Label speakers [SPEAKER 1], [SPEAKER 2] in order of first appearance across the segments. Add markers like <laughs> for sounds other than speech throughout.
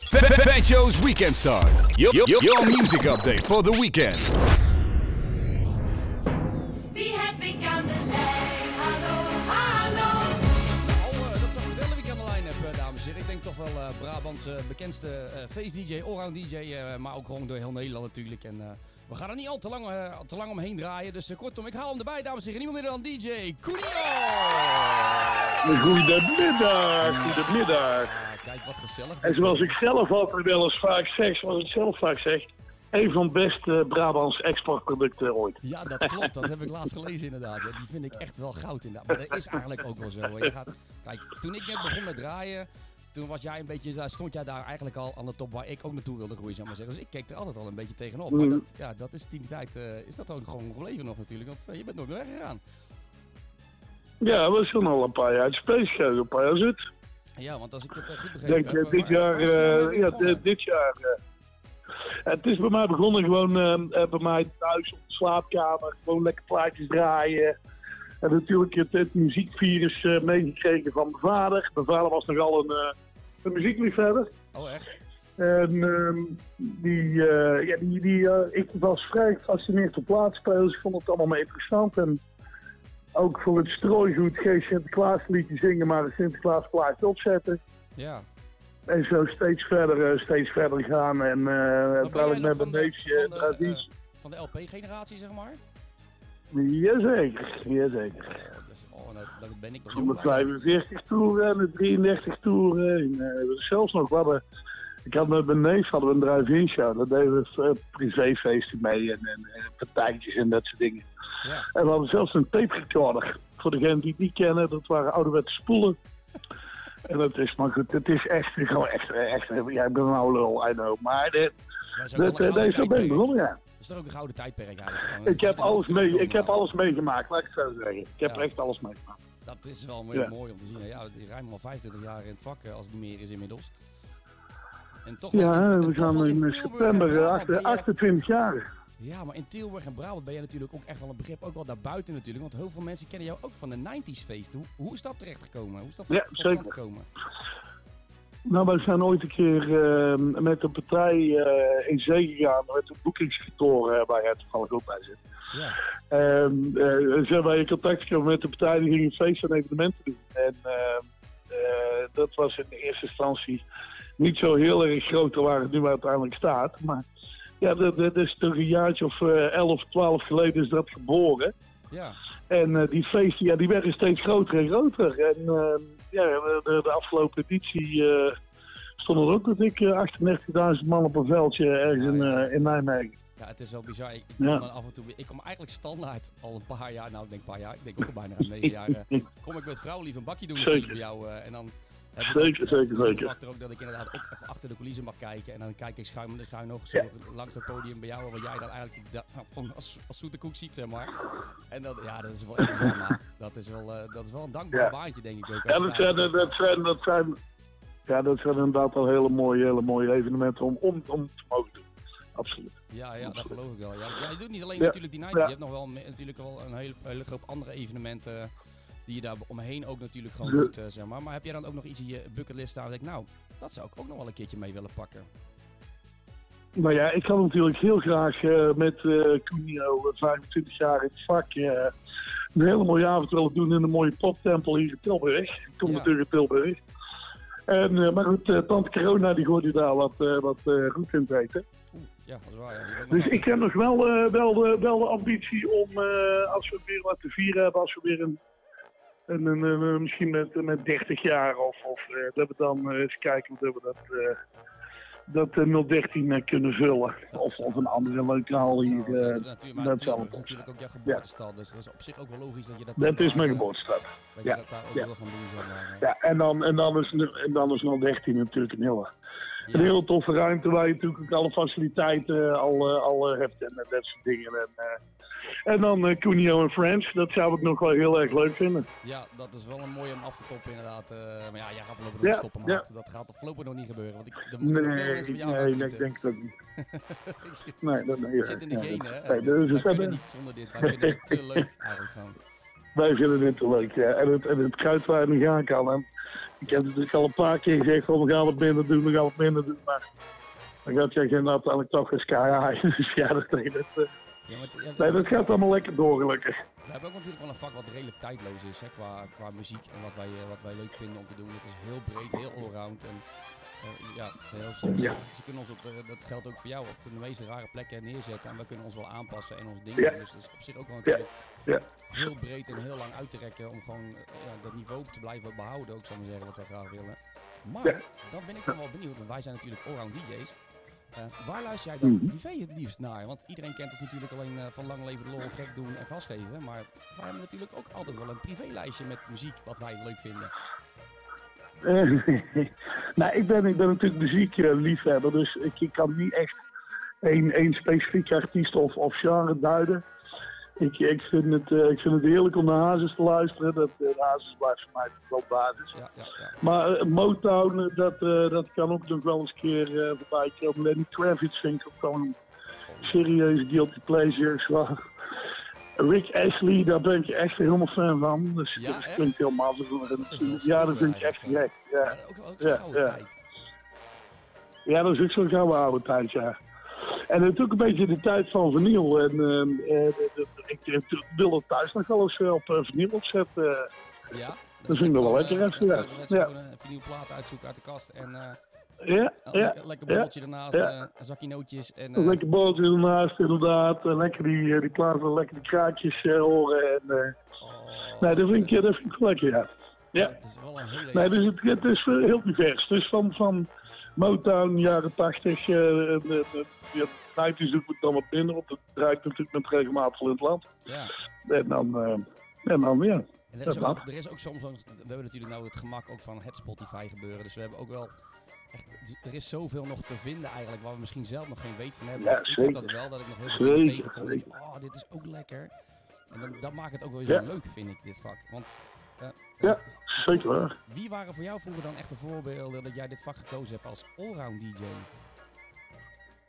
[SPEAKER 1] Fat Joe's Weekend Star. Your, your, your music update for the weekend.
[SPEAKER 2] Wie heb ik aan de lijn? Hallo, hallo.
[SPEAKER 3] Oh, eh, dat zou vertellen wie ik aan de lijn heb, eh, dames en heren. Ik denk toch wel eh, Brabants eh, bekendste eh feest-dj, allround dj, eh, maar ook rond door heel Nederland natuurlijk. En eh, we gaan er niet al te lang, eh, al te lang omheen draaien, dus eh, kortom, ik haal hem erbij, dames en heren. Niemand minder dan DJ Coolio!
[SPEAKER 4] Goedemiddag, goedemiddag.
[SPEAKER 3] Ah, kijk, wat gezellig.
[SPEAKER 4] En zoals ik zelf altijd wel eens vaak zeg, zoals ik zelf vaak zeg, een van de beste Brabants exportproducten ooit.
[SPEAKER 3] Ja, dat klopt. Dat heb ik laatst gelezen inderdaad. Ja, die vind ik echt wel goud inderdaad. Maar dat is eigenlijk ook wel zo. hoor. Je gaat, kijk, toen ik net begon met draaien, toen was jij een beetje, daar stond jij daar eigenlijk al aan de top waar ik ook naartoe wilde groeien, zou ik maar zeggen. Dus ik keek er altijd al een beetje tegenop.
[SPEAKER 4] Mm.
[SPEAKER 3] Maar dat, ja, dat is die tijd, eh, is dat ook gewoon gebleven nog natuurlijk. Want eh, je bent nooit meer weggegaan.
[SPEAKER 4] Ja, we zijn al een paar jaar uit space gegaan, een paar jaar zit.
[SPEAKER 3] Ja, want als ik het eh, goed
[SPEAKER 4] Ik
[SPEAKER 3] begrepen
[SPEAKER 4] denk eh,
[SPEAKER 3] heb... eh,
[SPEAKER 4] dit
[SPEAKER 3] waar-
[SPEAKER 4] jaar,
[SPEAKER 3] waar is die nou
[SPEAKER 4] eh,
[SPEAKER 3] mee
[SPEAKER 4] ja,
[SPEAKER 3] begonnen?
[SPEAKER 4] dit, dit jaar. eh. Het is bij mij begonnen gewoon eh, eh, bij mij thuis op de slaapkamer, gewoon lekker plaatjes draaien. En natuurlijk het, het muziekvirus eh, meegekregen van mijn vader. Mijn vader was nogal een, eh, een muziekliefhebber.
[SPEAKER 3] Oh, echt?
[SPEAKER 4] En ehm, die, eh, ja, die, die, eh, ik was vrij gefascineerd op plaatspelers. Ik vond het allemaal maar interessant. En ook voor het strooigoed geen Sinterklaas liedje zingen, maar een Sinterklaas plaatje opzetten.
[SPEAKER 3] Ja.
[SPEAKER 4] En zo steeds verder, eh, steeds verder gaan. En eh
[SPEAKER 3] Maar ben jij
[SPEAKER 4] trouwens
[SPEAKER 3] nog
[SPEAKER 4] met
[SPEAKER 3] van
[SPEAKER 4] een
[SPEAKER 3] de-
[SPEAKER 4] neefje,
[SPEAKER 3] van de,
[SPEAKER 4] traditie.
[SPEAKER 3] eh, Van de LP-generatie, zeg maar? eh,
[SPEAKER 4] Jazeker, jazeker.
[SPEAKER 3] Oh, dus- oh, nou, dat ben ik nog
[SPEAKER 4] Om
[SPEAKER 3] jong,
[SPEAKER 4] de
[SPEAKER 3] maar-
[SPEAKER 4] 45 toeren en de 33 toeren. En, eh, zelfs nog, we hadden, ik had met mijn neef hadden we een drive-in-show. Daar deden we eh, privéfeesten mee en, en, en partijtjes en dat soort dingen.
[SPEAKER 3] Ja.
[SPEAKER 4] En we hadden zelfs een tape recorder. Voor degenen die het niet kennen, dat waren ouderwetse spoelen. En dat is, maar goed, het is echt, gewoon echt, echt, ja, ik ben een oude lul, I know. Maar dit,
[SPEAKER 3] Maar is ook wel
[SPEAKER 4] dit,
[SPEAKER 3] een gouden
[SPEAKER 4] deze eh, ben ik
[SPEAKER 3] tijdperk.
[SPEAKER 4] begonnen, ja.
[SPEAKER 3] Dat is toch ook een gouden tijdperk eigenlijk. gewoon.
[SPEAKER 4] Ik heb,
[SPEAKER 3] Dat is
[SPEAKER 4] alles mee,
[SPEAKER 3] wel terugkomen,
[SPEAKER 4] ik heb
[SPEAKER 3] nou.
[SPEAKER 4] alles meegemaakt, laat ik het zo zeggen. Ik heb
[SPEAKER 3] Ja.
[SPEAKER 4] echt alles meegemaakt.
[SPEAKER 3] Dat is wel heel
[SPEAKER 4] Ja.
[SPEAKER 3] mooi om te zien. hè. Ja, die ruim al 25 jaar in het vak, eh, als het niet meer is inmiddels. En toch wel- en
[SPEAKER 4] Ja, we
[SPEAKER 3] toch wel
[SPEAKER 4] gaan in eh,
[SPEAKER 3] Tilburg en
[SPEAKER 4] september
[SPEAKER 3] Brabant ben
[SPEAKER 4] achter-
[SPEAKER 3] je-
[SPEAKER 4] 28 jaar.
[SPEAKER 3] Ja, maar in Tilburg en Brabant ben je natuurlijk ook echt wel een begrip. Ook wel daarbuiten natuurlijk. Want heel veel mensen kennen jou ook van de 90s feesten. Hoe, hoe is dat terechtgekomen? Hoe is dat
[SPEAKER 4] Ja,
[SPEAKER 3] tot stand
[SPEAKER 4] zeker.
[SPEAKER 3] gekomen?
[SPEAKER 4] Nou, wij zijn ooit een keer eh, met een partij eh, in zee gegaan met een boekingskantoor eh, waar jij toevallig ook bij zit.
[SPEAKER 3] Ja,
[SPEAKER 4] En eh, zijn wij in contact gekomen met de partij die gingen feesten en evenementen doen. En eh, eh, dat was in eerste instantie niet zo heel erg groot waar het nu uiteindelijk staat. Maar ja, dat, dat is toch een jaartje of eh, 11, 12 geleden is dat geboren.
[SPEAKER 3] ja.
[SPEAKER 4] En eh, die feesten, ja, die werden steeds groter en groter. En eh, ja, de, de- de afgelopen editie eh, stonden er ook dat ik 38.000 man op een veldje ergens in, eh, in Nijmegen.
[SPEAKER 3] ja het is wel bizar. Ik, ik,
[SPEAKER 4] Ja.
[SPEAKER 3] kom dan af en toe, ik kom eigenlijk standaard al een paar jaar, nou ik denk een paar jaar, ik denk ook al bijna aan negen jaar, eh, kom ik met vrouwen lief een bakje doen natuurlijk bij
[SPEAKER 4] Zeker.
[SPEAKER 3] jou. eh, en dan heb ik
[SPEAKER 4] Zeker, zeker,
[SPEAKER 3] Ik
[SPEAKER 4] zeker.
[SPEAKER 3] factor ook dat ik inderdaad ook even achter de coulissen mag kijken. En dan kijk ik schuim in de schuin nog zo langs dat podium bij jou. Wat jij dan eigenlijk da- gewoon als, als zoete koek ziet, zeg maar. En dat, ja, dat is wel echt bizar, maar dat is wel, eh, dat is wel een dankbaar
[SPEAKER 4] Ja.
[SPEAKER 3] baantje, denk ik ook.
[SPEAKER 4] Ja,
[SPEAKER 3] als je
[SPEAKER 4] dat
[SPEAKER 3] daar
[SPEAKER 4] zijn, dat
[SPEAKER 3] staat.
[SPEAKER 4] zijn, dat zijn, ja, dat zijn inderdaad al hele mooie, hele mooie evenementen om, om, om te mogen doen. Absoluut.
[SPEAKER 3] Ja, ja, dat geloof ik wel. Ja, ja, je doet niet alleen
[SPEAKER 4] Ja.
[SPEAKER 3] natuurlijk die 90's.
[SPEAKER 4] Ja.
[SPEAKER 3] Je hebt nog wel me- natuurlijk wel een hele, hele groep andere evenementen die je daar omheen ook natuurlijk gewoon
[SPEAKER 4] Ja.
[SPEAKER 3] doet, eh, zeg maar. Maar heb jij dan ook nog iets in je bucketlist staan? Dat ik, nou, dat zou ik ook nog wel een keertje mee willen pakken.
[SPEAKER 4] Nou ja, ik had natuurlijk heel graag eh, met eh Cunio, eh, 25 jaar in het vak, eh, een hele mooie avond willen doen in een mooie poptempel hier in Tilburg. Ik kom
[SPEAKER 3] Ja.
[SPEAKER 4] natuurlijk uit Tilburg. En, eh, maar goed, eh, tante Corona die gooide daar wat, eh wat eh, roet in het eten.
[SPEAKER 3] Oeh, ja, dat is waar. ja. Die heb ik nog
[SPEAKER 4] Dus
[SPEAKER 3] wel.
[SPEAKER 4] ik heb nog wel, eh, wel, de, wel de ambitie om, eh, als we weer wat te vieren hebben, als we weer een, een, een, een- een- misschien met, met 30 jaar of, of eh, dat we dan eh, eens kijken of we dat, eh, dat eh, 013 kunnen vullen. Of, of een andere lokaal
[SPEAKER 3] Zo,
[SPEAKER 4] hier.
[SPEAKER 3] ja,
[SPEAKER 4] eh,
[SPEAKER 3] dat is natuurlijk, maar
[SPEAKER 4] dat
[SPEAKER 3] Tilburg
[SPEAKER 4] zal
[SPEAKER 3] is
[SPEAKER 4] wel.
[SPEAKER 3] natuurlijk ook jouw geboortestad, dus dat is op zich ook wel logisch dat je dat...
[SPEAKER 4] dat
[SPEAKER 3] daar,
[SPEAKER 4] is mijn
[SPEAKER 3] eh,
[SPEAKER 4] geboortestad.
[SPEAKER 3] Dat je
[SPEAKER 4] Ja,
[SPEAKER 3] dat daar ook
[SPEAKER 4] ja.
[SPEAKER 3] wel gaan doen, zeg maar.
[SPEAKER 4] Ja, en dan, en dan is, en dan is 013 natuurlijk een hele,
[SPEAKER 3] Ja.
[SPEAKER 4] een hele toffe ruimte waar je natuurlijk ook alle faciliteiten eh, al, eh, al eh, hebt en eh, dat soort dingen. En, eh, en dan eh Cunio en Friends, dat zou ik nog wel heel erg leuk vinden.
[SPEAKER 3] Ja, dat is wel een mooie om af te toppen inderdaad. eh, maar ja, jij gaat voorlopig nog
[SPEAKER 4] Ja,
[SPEAKER 3] niet stoppen,
[SPEAKER 4] ja.
[SPEAKER 3] maat. Dat gaat voorlopig nog niet gebeuren, want ik, er moeten nog veel
[SPEAKER 4] Nee,
[SPEAKER 3] mensen bij jou
[SPEAKER 4] nee,
[SPEAKER 3] gaan
[SPEAKER 4] nee, ik denk
[SPEAKER 3] genieten.
[SPEAKER 4] dat niet.
[SPEAKER 3] <laughs>
[SPEAKER 4] Nee, dat nee,
[SPEAKER 3] Het zit in de
[SPEAKER 4] ja,
[SPEAKER 3] genen,
[SPEAKER 4] dat-
[SPEAKER 3] hè.
[SPEAKER 4] nee, dus
[SPEAKER 3] Wij
[SPEAKER 4] we
[SPEAKER 3] kunnen
[SPEAKER 4] hebben-
[SPEAKER 3] niet zonder dit, wij vinden het te leuk eigenlijk gewoon.
[SPEAKER 4] wij vinden dit te leuk. Ja. En, het, en het kruid waar het nu gaan kan. En ik heb het natuurlijk al een paar keer gezegd, van, we gaan het minder doen, we gaan het minder doen. Maar dan gaat jij geen uiteindelijk toch eens KH. Dus ja, dat, nee, dat, eh,
[SPEAKER 3] Ja, maar het- ja,
[SPEAKER 4] nee, dat gaat allemaal lekker door gelukkig. <laughs>
[SPEAKER 3] We hebben ook natuurlijk wel een vak wat redelijk tijdloos is hè, qua, qua muziek en wat wij, eh, wat wij leuk vinden om te doen. Het is heel breed, heel allround en eh, ja, heel soms.
[SPEAKER 4] Ja.
[SPEAKER 3] Ze kunnen ons op de, dat geldt ook voor jou, op de meest rare plekken neerzetten en we kunnen ons wel aanpassen en ons ding
[SPEAKER 4] Ja.
[SPEAKER 3] doen. Dus dat is op zich ook wel
[SPEAKER 4] Ja.
[SPEAKER 3] natuurlijk
[SPEAKER 4] Ja.
[SPEAKER 3] heel breed en heel lang uit te rekken om gewoon eh, ja, dat niveau te blijven behouden, ook zou ik maar zeggen, wat wij graag willen. Maar
[SPEAKER 4] Ja.
[SPEAKER 3] dan ben ik dan wel benieuwd, want wij zijn natuurlijk allround DJ's. Eh, waar luister jij dan
[SPEAKER 4] Mhm.
[SPEAKER 3] privé het liefst naar? Want iedereen kent ons natuurlijk alleen eh, van lang leven de lol, gek doen en gas geven. Maar we hebben natuurlijk ook altijd wel een privélijstje met muziek wat wij leuk vinden.
[SPEAKER 4] Eh, nou, ik ben, ik ben natuurlijk muziekliefhebber, dus ik, ik kan niet echt één, één specifiek artiest of, of genre duiden. Ik, ik, vind het, eh, ik vind het heerlijk om naar Hazes te luisteren. Dat, eh, Hazes blijft voor mij wel basis.
[SPEAKER 3] Ja, ja, ja.
[SPEAKER 4] Maar eh, Motown, eh, dat, eh, dat kan ook nog wel eens een keer eh, voorbij komen. Lenny Kravitz vind ik ook wel een serieuze guilty pleasure. is wel. Rick Ashley, daar ben ik echt helemaal fan van. Dus
[SPEAKER 3] Ja,
[SPEAKER 4] dat
[SPEAKER 3] echt?
[SPEAKER 4] klinkt helemaal zo.
[SPEAKER 3] is heel
[SPEAKER 4] Ja, dat
[SPEAKER 3] stoer
[SPEAKER 4] vind ik echt
[SPEAKER 3] eigenlijk,
[SPEAKER 4] gek. Ja.
[SPEAKER 3] Maar Eh, ook, ook zo'n
[SPEAKER 4] Ja,
[SPEAKER 3] gouden
[SPEAKER 4] ja.
[SPEAKER 3] tijd.
[SPEAKER 4] Ja, dat is ook zo'n gouden oude tijd, ja. En het is ook een beetje de tijd van vinyl. En ehm, eh, de- de- ik, ik wil het thuis nog wel eens eh, op eh, vinyl opzetten. eh.
[SPEAKER 3] Ja,
[SPEAKER 4] Dat vind ik nog wel
[SPEAKER 3] eh,
[SPEAKER 4] lekker, hè, ja. Ja.
[SPEAKER 3] Een vinylplaat uitzoeken uit de kast en eh,
[SPEAKER 4] ja,
[SPEAKER 3] een
[SPEAKER 4] ja.
[SPEAKER 3] lekker, lekker
[SPEAKER 4] ja,
[SPEAKER 3] bolletje daarnaast,
[SPEAKER 4] ja.
[SPEAKER 3] eh, een zakje nootjes en...
[SPEAKER 4] Een
[SPEAKER 3] eh,
[SPEAKER 4] lekker bootje ernaast, inderdaad. En lekker die, eh, die platen, lekker die kraakjes eh, horen. En, eh,
[SPEAKER 3] oh,
[SPEAKER 4] nee, dat vind, ik, eh, dat vind ik wel lekker, ja. Ja.
[SPEAKER 3] Dat is wel een hele...
[SPEAKER 4] Nee, dus het, het is eh, heel divers. Dus van, van Motown, jaren 80, eh de, de, de 90's doet het dan wat minder op. Dat draait natuurlijk met regelmatig in het land.
[SPEAKER 3] ja.
[SPEAKER 4] En dan, eh, en dan weer.
[SPEAKER 3] En er is,
[SPEAKER 4] Dat
[SPEAKER 3] ook,
[SPEAKER 4] mag.
[SPEAKER 3] er is ook soms, wel- we hebben natuurlijk nou het gemak ook van het Spotify gebeuren. Dus we hebben ook wel, echt, d- er is zoveel nog te vinden eigenlijk, waar we misschien zelf nog geen weet van hebben.
[SPEAKER 4] Ja,
[SPEAKER 3] Ik heb dat
[SPEAKER 4] zeker.
[SPEAKER 3] wel, dat ik nog heel veel dingen
[SPEAKER 4] Zeker,
[SPEAKER 3] tegenkom. en denk, oh, dit is ook lekker. En dan, dat maakt het ook wel weer
[SPEAKER 4] Ja.
[SPEAKER 3] zo leuk, vind ik, dit vak. Want, eh,
[SPEAKER 4] Ja,
[SPEAKER 3] eh,
[SPEAKER 4] Zeker waar.
[SPEAKER 3] Wie waren voor jou vroeger dan echt de voorbeelden dat jij dit vak gekozen hebt als allround DJ?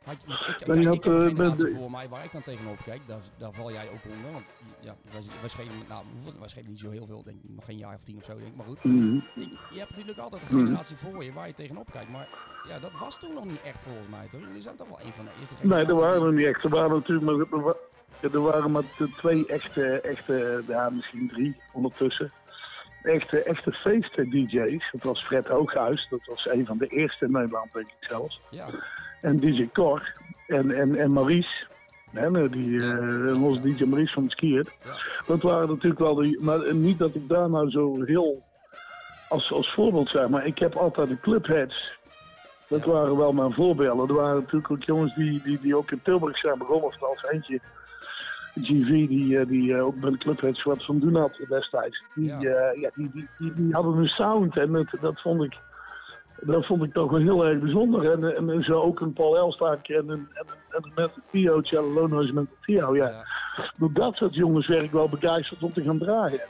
[SPEAKER 3] Had, je- want ik, kijk,
[SPEAKER 4] je
[SPEAKER 3] ik
[SPEAKER 4] had,
[SPEAKER 3] heb een
[SPEAKER 4] eh,
[SPEAKER 3] generatie
[SPEAKER 4] met de-
[SPEAKER 3] voor mij waar ik dan tegenop kijk, daar, daar val jij ook onder. Want ja, wij, z- wij schelen, nou, hoeveel- wij schelen niet zo heel veel, denk ik, nog geen jaar of tien of zo, denk ik. Maar goed,
[SPEAKER 4] Mhm.
[SPEAKER 3] je, je hebt natuurlijk altijd een
[SPEAKER 4] Mhm.
[SPEAKER 3] generatie voor je waar je tegenop kijkt. Maar ja, dat was toen nog niet echt volgens mij, toch? Jullie zijn toch wel een van de eerste
[SPEAKER 4] Nee,
[SPEAKER 3] generaties.
[SPEAKER 4] er waren er niet echt. Er waren natuurlijk maar, er wa- er waren maar t- twee echte, echte, ja, misschien drie ondertussen. Echte, echte feest-DJ's. Dat was Fred Hooghuis. Dat was een van de eerste in Nederland, denk ik zelfs.
[SPEAKER 3] Ja,
[SPEAKER 4] En DJ Cor. En, en, en Maurice. Hè, nou, die, eh, en onze DJ Maurice van het Skier.
[SPEAKER 3] Ja.
[SPEAKER 4] Dat waren natuurlijk wel de... Maar niet dat ik daar nou zo heel... Als, als voorbeeld zeg maar. Ik heb altijd de clubheads. Dat
[SPEAKER 3] Ja.
[SPEAKER 4] waren wel mijn voorbeelden. Er waren natuurlijk ook jongens die, die, die ook in Tilburg zijn begonnen. Of als eentje... GV, die, eh, die eh, ook bij de clubheads wat van doen had destijds. Die,
[SPEAKER 3] Ja.
[SPEAKER 4] eh, ja, die, die, die, die hadden een sound. En dat, dat vond ik... Dat vond ik toch wel heel erg bijzonder. En, eh, en, zo ook een Paul Elstak en een, en, een- en een met een Tio, Cello Lono's met een Tio. Ja.
[SPEAKER 3] ja.
[SPEAKER 4] Door dat soort jongens werd ik wel begeisterd om te gaan draaien.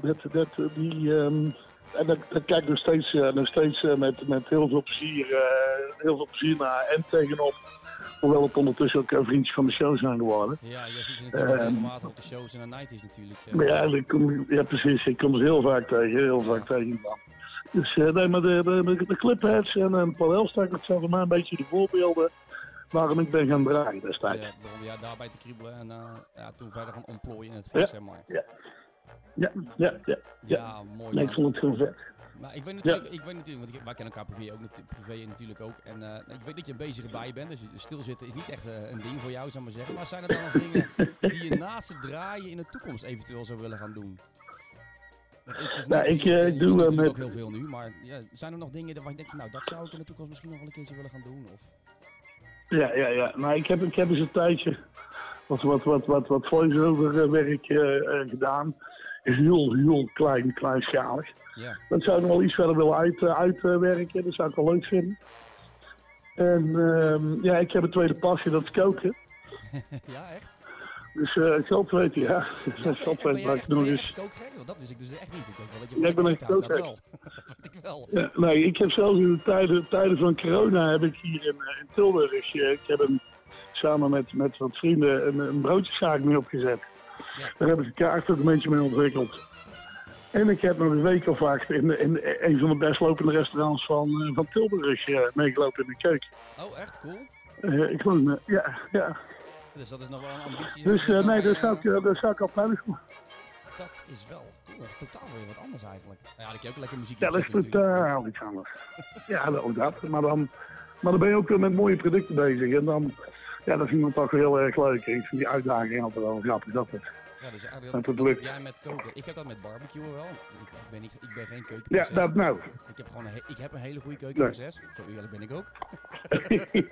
[SPEAKER 4] Dat, dat, eh, die, ehm, en dat, dat kijk ik nog steeds, eh, nog steeds eh, met, met heel, veel plezier, eh, heel veel plezier naar en tegenop. Hoewel het ondertussen ook een vriendje van de show zijn geworden.
[SPEAKER 3] ja, jij ziet ze natuurlijk
[SPEAKER 4] Ehm.
[SPEAKER 3] regelmatig op de shows en de 90s natuurlijk. eh.
[SPEAKER 4] Maar ja, ik kom, ja, precies. Ik kom ze heel vaak tegen. Heel vaak tegen dan. Dus eh, nee, maar de, de, de, de Clipheads en, en Paul Elstak, dat zijn voor mij een beetje de voorbeelden waarom ik ben gaan draaien destijds.
[SPEAKER 3] Ja, begon ja, daarbij te kriebelen en eh, ja, toen verder gaan ontplooien in het vak,
[SPEAKER 4] Ja.
[SPEAKER 3] zeg maar.
[SPEAKER 4] Ja, ja, ja.
[SPEAKER 3] Ja,
[SPEAKER 4] Ja.
[SPEAKER 3] mooi.
[SPEAKER 4] Nee, ik
[SPEAKER 3] man.
[SPEAKER 4] vond het heel vet.
[SPEAKER 3] Maar ik weet natuurlijk, ik weet natuurlijk want ik- wij kennen elkaar privé, ook, natu- privé natuurlijk ook. En eh, ik weet dat je een bezige bij bent, dus stilzitten is niet echt eh, een ding voor jou, zou ik maar zeggen. Maar zijn er
[SPEAKER 4] <laughs>
[SPEAKER 3] dan nog dingen die je naast het draaien in de toekomst eventueel zou willen gaan doen? Want het is
[SPEAKER 4] Nou,
[SPEAKER 3] niet-
[SPEAKER 4] ik, eh,
[SPEAKER 3] je
[SPEAKER 4] doe,
[SPEAKER 3] doet
[SPEAKER 4] eh,
[SPEAKER 3] natuurlijk
[SPEAKER 4] met-
[SPEAKER 3] ook heel veel nu, maar ja, zijn er nog dingen waarvan je denkt van nou, dat zou ik in de toekomst misschien nog wel een keertje willen gaan doen? Of,
[SPEAKER 4] Ja, ja, ja. Nou, ik heb, ik heb eens een tijdje wat, wat, wat, wat, wat voice-over eh, werk eh, eh, gedaan. Heel, heel klein, kleinschalig.
[SPEAKER 3] ja, <laughs>
[SPEAKER 4] Dat zou ik nog wel iets verder willen uit, eh, uitwerken. Dat zou ik wel leuk vinden. En ehm, ja, ik heb een tweede passie, dat is koken.
[SPEAKER 3] ja echt?
[SPEAKER 4] Dus eh, ik zal het weten, <laughs> ja.
[SPEAKER 3] Ja,
[SPEAKER 4] Ik zal het
[SPEAKER 3] ben
[SPEAKER 4] weten
[SPEAKER 3] jij
[SPEAKER 4] wat ik
[SPEAKER 3] echt,
[SPEAKER 4] dus-
[SPEAKER 3] ben
[SPEAKER 4] nog
[SPEAKER 3] jij
[SPEAKER 4] eens.
[SPEAKER 3] echt kookgek? Want dat wist ik dus echt niet. Ik weet wel dat je
[SPEAKER 4] Ja, ik ben echt
[SPEAKER 3] houdt, dat
[SPEAKER 4] kookgek.
[SPEAKER 3] wel. dat weet ik wel. <laughs>
[SPEAKER 4] Ja, nee, ik heb zelfs in de tijden, tijden van corona heb ik hier in, eh, in Tilburg, eh, ik heb hem samen met, met wat vrienden een, een broodjeszaak mee opgezet. Daar hebben ze kaartsortimentje mee ontwikkeld. En ik heb nog een week of acht in, in een van de best lopende restaurants van, eh, van Tilburg eh, meegelopen in de keuken.
[SPEAKER 3] Oh, echt? Cool.
[SPEAKER 4] Eh, ik woon, eh, ja, ja.
[SPEAKER 3] Dus dat is nog wel een ambitie.
[SPEAKER 4] Dus eh, nee, daar zou,
[SPEAKER 3] dat
[SPEAKER 4] ik, eh, daar zou ik al veilig voor.
[SPEAKER 3] Dat is wel cool. Dat is totaal weer wat anders eigenlijk. Nou ja, dat je ook lekker muziek
[SPEAKER 4] Ja, dat is
[SPEAKER 3] opzetten natuurlijk.
[SPEAKER 4] totaal iets anders. Ja, dat, ook dat. Maar dan, maar dan ben je ook weer met mooie producten bezig. En dan, ja, dat vind ik toch wel heel erg leuk. Ik vind die uitdaging altijd wel grappig. Dat is.
[SPEAKER 3] Ja, dus
[SPEAKER 4] Dat
[SPEAKER 3] eigenlijk dat,
[SPEAKER 4] eh, het
[SPEAKER 3] dat
[SPEAKER 4] lukt.
[SPEAKER 3] heb jij met koken. Ik heb dat met barbecuen wel. Ik ben, niet, ik ben geen
[SPEAKER 4] Ja,
[SPEAKER 3] keukenprinses.
[SPEAKER 4] dat <laughs> nou.
[SPEAKER 3] Ik heb gewoon een, he- ik heb een hele goede keukenprinses. Zo eerlijk ben ik ook.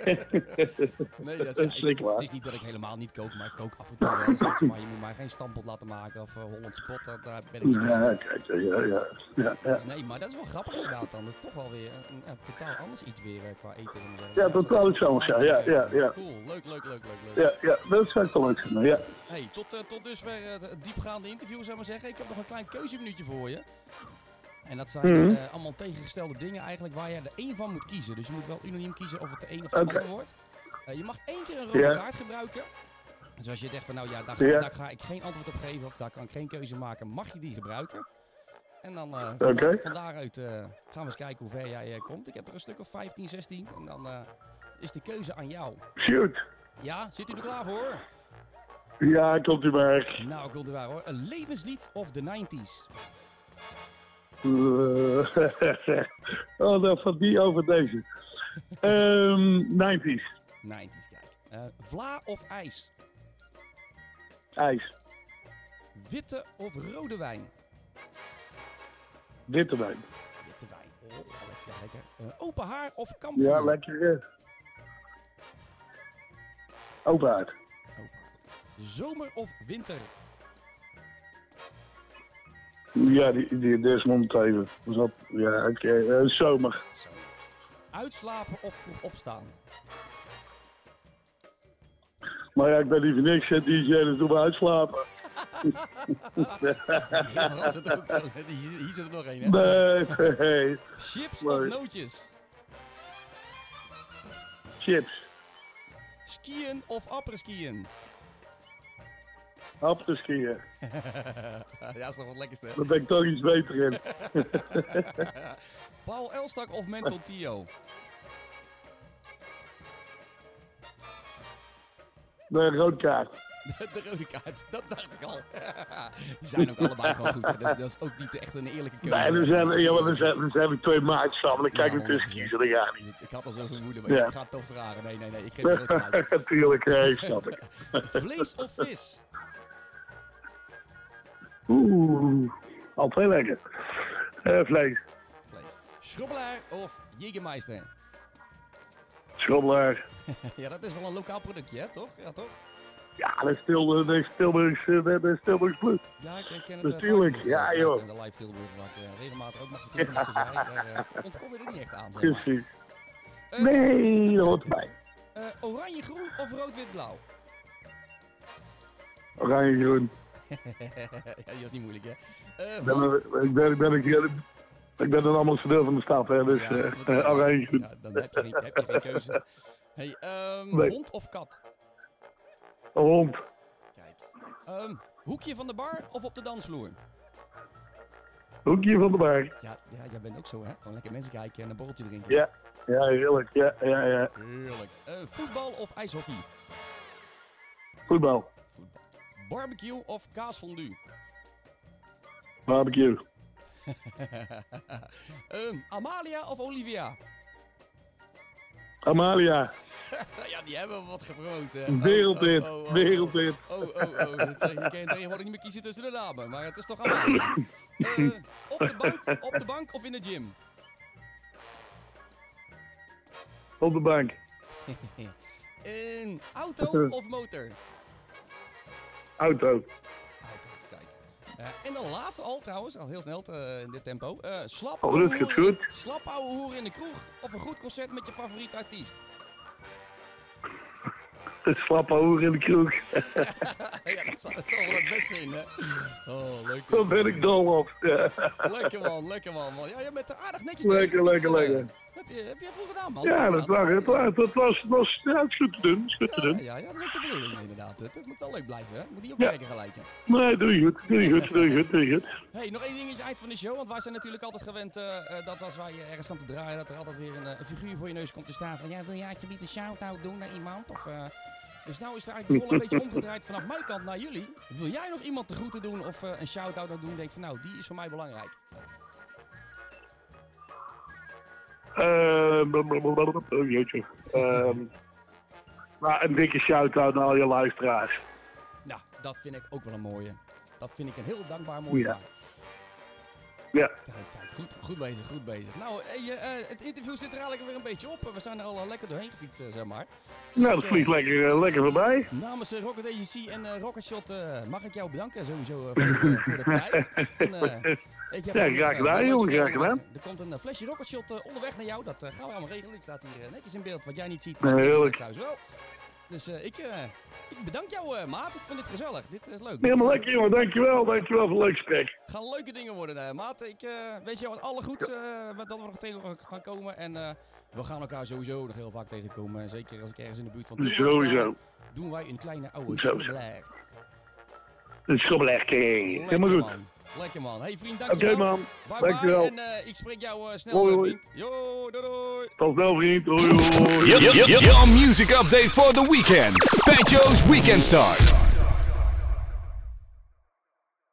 [SPEAKER 3] nee, dat
[SPEAKER 4] Dat is
[SPEAKER 3] ik-
[SPEAKER 4] zeker waar.
[SPEAKER 3] Het is niet dat ik helemaal niet kook, maar ik kook af en toe wel eens iets. Maar je moet mij geen stampot laten maken of eh, Hollandse pot. Daar, daar ben ik niet van.
[SPEAKER 4] Ja, kijk, ja, ja, ja, ja, ja.
[SPEAKER 3] Dus nee, maar dat is wel grappig inderdaad dan. Dat is toch wel weer een, een- ja, totaal anders iets weer eh, qua eten. en zo.
[SPEAKER 4] Ja,
[SPEAKER 3] dat is
[SPEAKER 4] totaal
[SPEAKER 3] wel
[SPEAKER 4] iets anders, ja,
[SPEAKER 3] fijn om
[SPEAKER 4] ja,
[SPEAKER 3] te kijken.
[SPEAKER 4] ja, ja.
[SPEAKER 3] Cool, leuk, leuk, leuk, leuk. leuk.
[SPEAKER 4] Ja, ja, dat zou ik wel leuk vinden. Ja.
[SPEAKER 3] Hey, tot, eh, tot dusver eh, het diepgaande interview zou ik maar zeggen. Ik heb nog een klein keuzeminuutje voor je. En dat zijn
[SPEAKER 4] Mhm.
[SPEAKER 3] eh, allemaal tegengestelde dingen eigenlijk waar je er één van moet kiezen. Dus je moet wel unaniem kiezen of het de een of de
[SPEAKER 4] Oké.
[SPEAKER 3] ander wordt. Eh, je mag één keer een rode
[SPEAKER 4] Ja.
[SPEAKER 3] kaart gebruiken. Dus als je denkt van nou ja, daar ga,
[SPEAKER 4] Ja.
[SPEAKER 3] daar ga ik geen antwoord op geven of daar kan ik geen keuze maken, mag je die gebruiken. En dan eh, van,
[SPEAKER 4] Oké.
[SPEAKER 3] daar- van daaruit eh, gaan we eens kijken hoe ver jij eh, komt. Ik heb er een stuk of 15, 16 en dan eh, is de keuze aan jou.
[SPEAKER 4] Shoot.
[SPEAKER 3] Ja, zit u er klaar voor?
[SPEAKER 4] Ja, komt u maar. <laughs>
[SPEAKER 3] Nou, ik wilde waar hoor. Een levenslied of de 90s?
[SPEAKER 4] Eh, oh, dat van die over deze. Ehm 90s.
[SPEAKER 3] 90s, kijk. Eh, vla of ijs?
[SPEAKER 4] IJs.
[SPEAKER 3] Witte of rode wijn?
[SPEAKER 4] Witte wijn.
[SPEAKER 3] Witte wijn. Oh, lekker, ja, lekker. Eh, open haar of kampvuur?
[SPEAKER 4] Ja, lekker. eh. Open uit.
[SPEAKER 3] Open haar. Zomer of winter?
[SPEAKER 4] Ja, die, die Desmond even. Dus dat, ja, oké. eh, zomer.
[SPEAKER 3] Zo. Uitslapen of vroeg opstaan?
[SPEAKER 4] Maar ja, ik ben liever niks, hè, DJ, dus doe maar uitslapen. <laughs>
[SPEAKER 3] Ja, was het ook zo. Hier, hier zit er nog één, hè?
[SPEAKER 4] Nee, <laughs> hey,
[SPEAKER 3] Chips
[SPEAKER 4] Leuk.
[SPEAKER 3] of nootjes?
[SPEAKER 4] chips.
[SPEAKER 3] Skiën of apres-skiën? <laughs>
[SPEAKER 4] Hap te skiën.
[SPEAKER 3] ja, dat is toch wat lekkerste, hè?
[SPEAKER 4] Daar ben ik toch iets beter in.
[SPEAKER 3] Paul Elstak of Mental Tio?
[SPEAKER 4] Nee, rood kaart.
[SPEAKER 3] De rode kaart, dat dacht ik al. <laughs> Die zijn ook allebei gewoon goed. Hè. Dat, is, dat is ook niet echt een eerlijke keuze.
[SPEAKER 4] Nee, dan zijn, ja, maar dan zijn, dan zijn we twee maatjes samen. Dan kan ik
[SPEAKER 3] Ja,
[SPEAKER 4] er tussen kiezen. Dat gaat niet.
[SPEAKER 3] Ik- Ik had al zoveel moeite, maar
[SPEAKER 4] Ja.
[SPEAKER 3] ik ga het toch vragen. Nee, nee, nee, ik geef je wel
[SPEAKER 4] <laughs>
[SPEAKER 3] gelijk.
[SPEAKER 4] Natuurlijk, hey, snap eh, ik.
[SPEAKER 3] Vlees of vis?
[SPEAKER 4] Oeh, al veel lekker. Eh vlees,
[SPEAKER 3] Vlees. Schrobbelaar of Jägermeister? <laughs>
[SPEAKER 4] schrobbelaar.
[SPEAKER 3] Ja, dat is wel een lokaal productje, hè, toch? Ja, toch?
[SPEAKER 4] Ja, dat is Tilburg- dat is Tilburgs, eh, dat is Tilburgs bloed.
[SPEAKER 3] Ja, ik ken het. eh,
[SPEAKER 4] Natuurlijk,
[SPEAKER 3] vaak.
[SPEAKER 4] ja, joh.
[SPEAKER 3] En de live Tilburg, waar ik eh, regelmatig ook mag vertellen mensen zijn. Daar eh, ontkom je er niet echt aan, zeg maar.
[SPEAKER 4] Precies.
[SPEAKER 3] Eh,
[SPEAKER 4] Nee, dat hoort bij.
[SPEAKER 3] eh, Oranje-groen of rood-wit-blauw?
[SPEAKER 4] Oranje groen.
[SPEAKER 3] <laughs> ja, die was niet moeilijk, hè? Eh,
[SPEAKER 4] Ik ben, een- ik ben, ik ben, een- ik ben een Amsterdam deel van de stad, hè, dus
[SPEAKER 3] Ja,
[SPEAKER 4] eh, <laughs>
[SPEAKER 3] dat-
[SPEAKER 4] eh, oranje groen.
[SPEAKER 3] Ja, dan heb je geen, heb je geen keuze. Hey, ehm,
[SPEAKER 4] Nee.
[SPEAKER 3] Hond of kat?
[SPEAKER 4] Een hond.
[SPEAKER 3] Kijk. Ehm, hoekje van de bar of op de dansvloer?
[SPEAKER 4] Hoekje van de bar.
[SPEAKER 3] Ja, ja, jij bent ook zo, hè? Gewoon lekker mensen kijken en een borreltje drinken.
[SPEAKER 4] Ja, ja, heerlijk. Ja, ja, ja.
[SPEAKER 3] Heerlijk. Eh, voetbal of ijshockey?
[SPEAKER 4] Voetbal.
[SPEAKER 3] Voetbal. Barbecue of kaasfondue? <laughs>
[SPEAKER 4] Barbecue.
[SPEAKER 3] Ehm, Amalia of Olivia?
[SPEAKER 4] Amalia.
[SPEAKER 3] Nou ja, die hebben we wat gebrood, hè? Oh,
[SPEAKER 4] Wereldhit.
[SPEAKER 3] oh, oh, oh.
[SPEAKER 4] Wereldhit.
[SPEAKER 3] Oh, oh, oh. Dat, eh, je kan tegenwoordig niet meer kiezen tussen de namen, maar het is toch
[SPEAKER 4] <laughs>
[SPEAKER 3] Amalia. Eh, op, de bank, op de bank of in de gym?
[SPEAKER 4] Op de bank.
[SPEAKER 3] Een auto of motor?
[SPEAKER 4] Auto.
[SPEAKER 3] Auto, kijk. Eh, en dan laatste al trouwens, al heel snel eh, in dit tempo. Eh, slap,
[SPEAKER 4] Oh, dat gaat
[SPEAKER 3] ouwe-
[SPEAKER 4] goed.
[SPEAKER 3] slap ouwe hoer in de kroeg of een goed concert met je favoriete artiest? <laughs>
[SPEAKER 4] Het slappe hoer in de kroeg.
[SPEAKER 3] ja, dat zat er toch wel het beste in, hè? Oh, leuk.
[SPEAKER 4] Daar ben ik dol op. Ja.
[SPEAKER 3] Lekker man, lekker man. man. Ja, je bent er aardig netjes
[SPEAKER 4] Lekker,
[SPEAKER 3] tegen gefietst,
[SPEAKER 4] lekker,
[SPEAKER 3] eh.
[SPEAKER 4] lekker.
[SPEAKER 3] Dat heb je, heb je goed gedaan, man.
[SPEAKER 4] Ja, dat, waren, dat, waren- dat was, dat was ja, het is goed te doen. Het is goed te
[SPEAKER 3] Ja,
[SPEAKER 4] doen.
[SPEAKER 3] ja, ja, dat is ook de bedoeling inderdaad. Het, het moet wel leuk blijven, hè? Moet niet opwerken gelijk. Hè?
[SPEAKER 4] Nee, doe je goed. Doe je goed, doe je goed, doe je goed.
[SPEAKER 3] Hey, nog één ding is eind van de show, want wij zijn natuurlijk altijd gewend eh, eh, dat als wij eh, ergens staan te draaien, dat er altijd weer een, eh, een figuur voor je neus komt te staan van ja, wil jij alsjeblieft een shout-out doen naar iemand? Of, eh, dus nou is er eigenlijk de rol een beetje omgedraaid vanaf mijn kant naar jullie. Wil jij nog iemand de groeten doen of eh, een shout-out aan doen? Denk van nou, die is voor mij belangrijk.
[SPEAKER 4] Ehm, blablabla. Oh, jeetje. Ehm, maar een dikke shout-out naar al je luisteraars.
[SPEAKER 3] Nou, dat vind ik ook wel een mooie. Dat vind ik een heel dankbaar mooie
[SPEAKER 4] Ja.
[SPEAKER 3] vraag.
[SPEAKER 4] Ja,
[SPEAKER 3] Kijk, kijk, goed, goed bezig, goed bezig. Nou, eh, je, eh, het interview zit er eigenlijk weer een beetje op. We zijn er al eh, lekker doorheen gefietst, eh, zeg maar. Dus
[SPEAKER 4] nou,
[SPEAKER 3] ik,
[SPEAKER 4] dat
[SPEAKER 3] eh,
[SPEAKER 4] vliegt lekker, eh, lekker voorbij.
[SPEAKER 3] Namens eh, Rocket Agency en eh, Rocket Shot eh, mag ik jou bedanken sowieso eh, voor, de, voor de
[SPEAKER 4] <laughs>
[SPEAKER 3] tijd. En, eh, ik heb
[SPEAKER 4] Ja,
[SPEAKER 3] een,
[SPEAKER 4] graag
[SPEAKER 3] eh,
[SPEAKER 4] gedaan,
[SPEAKER 3] een
[SPEAKER 4] jongen,
[SPEAKER 3] leuk
[SPEAKER 4] graag gedaan.
[SPEAKER 3] Er komt een eh, flesje Rocket Shot eh, onderweg naar jou. Dat eh, gaan we allemaal regelen. Die staat hier eh, netjes in beeld. Wat jij niet ziet, maar
[SPEAKER 4] Nee,
[SPEAKER 3] deze
[SPEAKER 4] heerlijk.
[SPEAKER 3] staat trouwens wel. Dus eh, ik, eh, ik bedank jou, eh, maat. Ik vond dit gezellig. Dit is leuk.
[SPEAKER 4] Helemaal lekker, jongen. Dankjewel. Dankjewel voor het leuk gesprek.
[SPEAKER 3] gaan leuke dingen worden, eh, maat. Ik eh wens jou alle goeds eh, wat dat we nog tegen gaan komen. En eh, we gaan elkaar sowieso nog heel vaak tegenkomen. En zeker als ik ergens in de buurt van Tilburg sta,
[SPEAKER 4] Sowieso.
[SPEAKER 3] doen wij een kleine oude
[SPEAKER 4] Sowieso.
[SPEAKER 3] schubbeler.
[SPEAKER 4] Het is gewoon lekker. Helemaal
[SPEAKER 3] Lekker,
[SPEAKER 4] goed.
[SPEAKER 3] Man. Lekker man. Hey vriend,
[SPEAKER 4] Oké,
[SPEAKER 3] dankjewel.
[SPEAKER 4] man.
[SPEAKER 3] Bye
[SPEAKER 4] Dankjewel.
[SPEAKER 3] bye en eh, ik spreek jou eh, snel
[SPEAKER 4] Hoi,
[SPEAKER 3] weer,
[SPEAKER 4] hoi.
[SPEAKER 3] vriend. Yo, doei doei.
[SPEAKER 4] Tot snel, vriend. Hoi, hoi.
[SPEAKER 1] Your music update for the weekend. Pancho's Weekend Start.